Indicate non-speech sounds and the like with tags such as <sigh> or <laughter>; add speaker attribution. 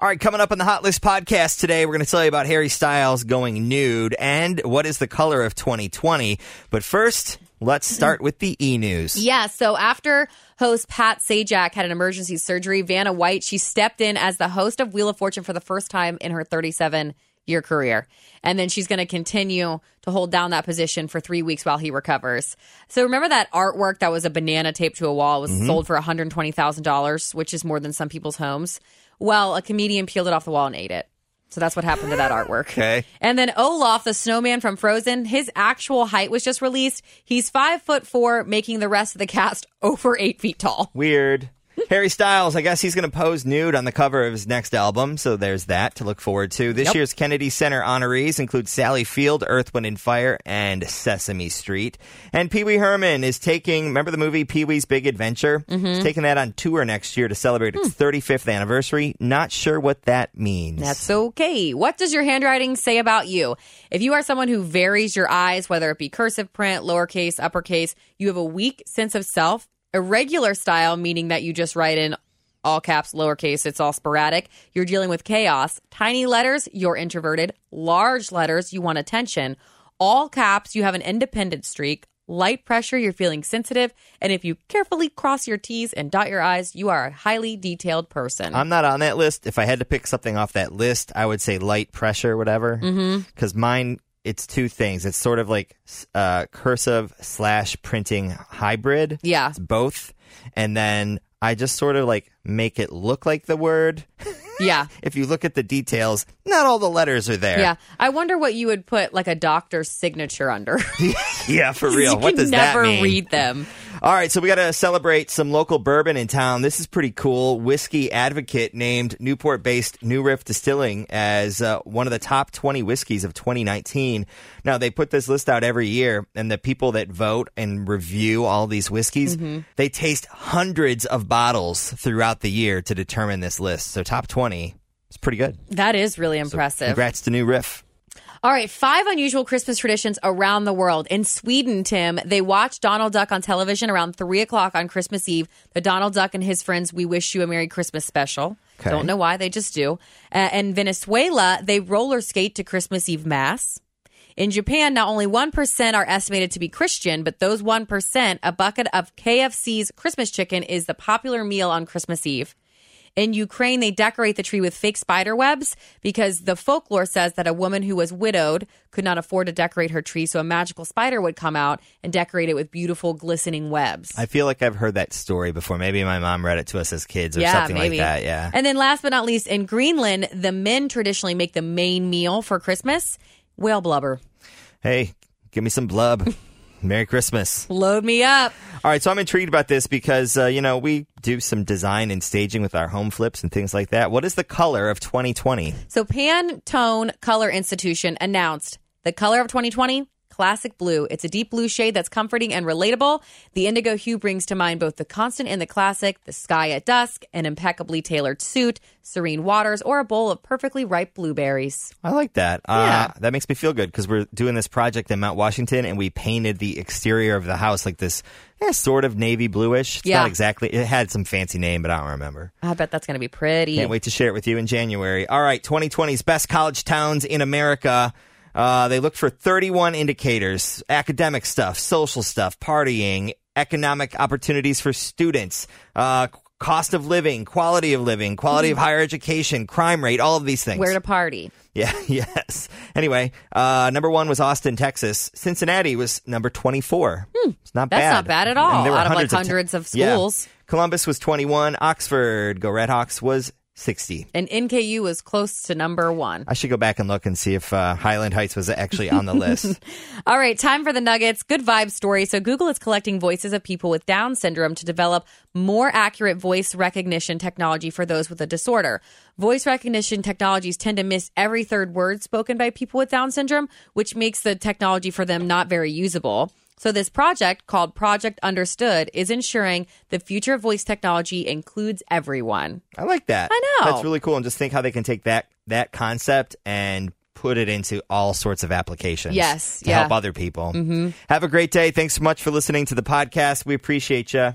Speaker 1: All right, coming up on the Hot List podcast today, we're going to tell you about Harry Styles going nude and what is the color of 2020. But first, let's start with the e news.
Speaker 2: Yeah, so after host Pat Sajak had an emergency surgery, Vanna White, she stepped in as the host of Wheel of Fortune for the first time in her 37 year career. And then she's going to continue to hold down that position for three weeks while he recovers. So remember that artwork that was a banana taped to a wall It was sold for $120,000, which is more than some people's homes. Well, a comedian peeled it off the wall and ate it. So that's what happened to that artwork.
Speaker 1: Okay.
Speaker 2: And then Olaf, the snowman from Frozen, his actual height was just released. He's five foot four, making the rest of the cast <laughs> over eight feet tall.
Speaker 1: Weird. Harry Styles, I guess he's going to pose nude on the cover of his next album, so there's that to look forward to. This year's Kennedy Center honorees include Sally Field, Earth, Wind, and Fire, and Sesame Street. And Pee Wee Herman is taking, remember the movie Pee Wee's Big Adventure? He's taking that on tour next year to celebrate its 35th anniversary. Not sure what that means.
Speaker 2: That's okay. What does your handwriting say about you? If you are someone who varies your eyes, whether it be cursive print, lowercase, uppercase, you have a weak sense of self, irregular style, meaning that you just write in all caps, lowercase, it's all sporadic. You're dealing with chaos. Tiny letters, you're introverted. Large letters, you want attention. All caps, you have an independent streak. Light pressure, you're feeling sensitive. And if you carefully cross your T's and dot your I's, you are a highly detailed person.
Speaker 1: I'm not on that list. If I had to pick something off that list, I would say light pressure, whatever.
Speaker 2: Mm-hmm.
Speaker 1: Because mine, it's two things. It's sort of like s- uh, cursive slash printing hybrid.
Speaker 2: Yeah.
Speaker 1: It's both. And then I just sort of like make it look like the word.
Speaker 2: yeah.
Speaker 1: if you look at the details, not all the letters are there.
Speaker 2: Yeah, I wonder what you would put like a doctor's signature under. <laughs>
Speaker 1: Yeah, for real.
Speaker 2: you
Speaker 1: what
Speaker 2: can
Speaker 1: does
Speaker 2: never
Speaker 1: that mean?
Speaker 2: read them.
Speaker 1: All right, so we got to celebrate some local bourbon in town. This is pretty cool. Whiskey Advocate named Newport based New Riff Distilling as uh, one of the top 20 whiskeys of 2019. Now, they put this list out every year, and the people that vote and review all these whiskeys, they taste hundreds of bottles throughout the year to determine this list. So, top 20 is pretty good.
Speaker 2: That is really impressive.
Speaker 1: Congrats to New Riff.
Speaker 2: All right, five unusual Christmas traditions around the world. In Sweden, Tim, they watch Donald Duck on television around three o'clock on Christmas Eve. The Donald Duck and his friends "We Wish You a Merry Christmas" special.
Speaker 1: Okay.
Speaker 2: Don't know why they just do. Uh, in Venezuela, they roller skate to Christmas Eve mass. In Japan, not only 1% are estimated to be Christian, but those 1%, a bucket of KFC's Christmas chicken is the popular meal on Christmas Eve. In Ukraine, they decorate the tree with fake spider webs because the folklore says that a woman who was widowed could not afford to decorate her tree, so a magical spider would come out and decorate it with beautiful, glistening webs.
Speaker 1: I feel like I've heard that story before. Maybe my mom read it to us as kids or something like that. Yeah.
Speaker 2: And then last but not least, in Greenland, the men traditionally make the main meal for Christmas whale blubber.
Speaker 1: hey, give me some blub.
Speaker 2: <laughs>
Speaker 1: Merry Christmas.
Speaker 2: Load me up.
Speaker 1: All right, so I'm intrigued about this because, uh, you know, we do some design and staging with our home flips and things like that. What is the color of 2020?
Speaker 2: So Pantone Color Institution announced the color of 2020 classic blue. It's a deep blue shade that's comforting and relatable. The indigo hue brings to mind both the constant and the classic, the sky at dusk, an impeccably tailored suit, serene waters, or a bowl of perfectly ripe blueberries.
Speaker 1: I like that.
Speaker 2: Yeah.
Speaker 1: Uh, that makes me feel good because we're doing this project in Mount Washington and we painted the exterior of the house like this eh, sort of navy bluish. It's
Speaker 2: Yeah.
Speaker 1: not exactly, it had some fancy name, but I don't remember.
Speaker 2: I bet that's going to be pretty.
Speaker 1: Can't wait to share it with you in January. All right, 2020's best college towns in America. Uh, they looked for 31 indicators academic stuff, social stuff, partying, economic opportunities for students, uh, cost of living, quality of living, quality of higher education, crime rate, all of these things.
Speaker 2: Mm-hmm. Where to party.
Speaker 1: <laughs> yeah, yes. Anyway, uh, number one was Austin, Texas. Cincinnati was number 24. it's not
Speaker 2: Hmm. That's
Speaker 1: bad.
Speaker 2: not bad at all,
Speaker 1: And there were
Speaker 2: out of, like,
Speaker 1: ta-
Speaker 2: hundreds of
Speaker 1: Yeah.
Speaker 2: schools.
Speaker 1: Columbus was 21. Oxford, go Redhawks, was 60.
Speaker 2: And NKU was close to number one.
Speaker 1: I should go back and look and see if uh, Highland Heights was actually on the
Speaker 2: <laughs>
Speaker 1: list.
Speaker 2: All right, time for the nuggets. Good vibe story. So, Google is collecting voices of people with Down syndrome to develop more accurate voice recognition technology for those with the disorder. Voice recognition technologies tend to miss every third word spoken by people with Down syndrome, which makes the technology for them not very usable. So, this project called Project Understood is ensuring the future of voice technology includes everyone.
Speaker 1: I like that.
Speaker 2: I know.
Speaker 1: that's really cool. And just think how they can take that that concept and put it into all sorts of applications.
Speaker 2: Yes,
Speaker 1: to
Speaker 2: yeah.
Speaker 1: help other people. Mm-hmm. Have a great day. Thanks so much for listening to the podcast. We appreciate you.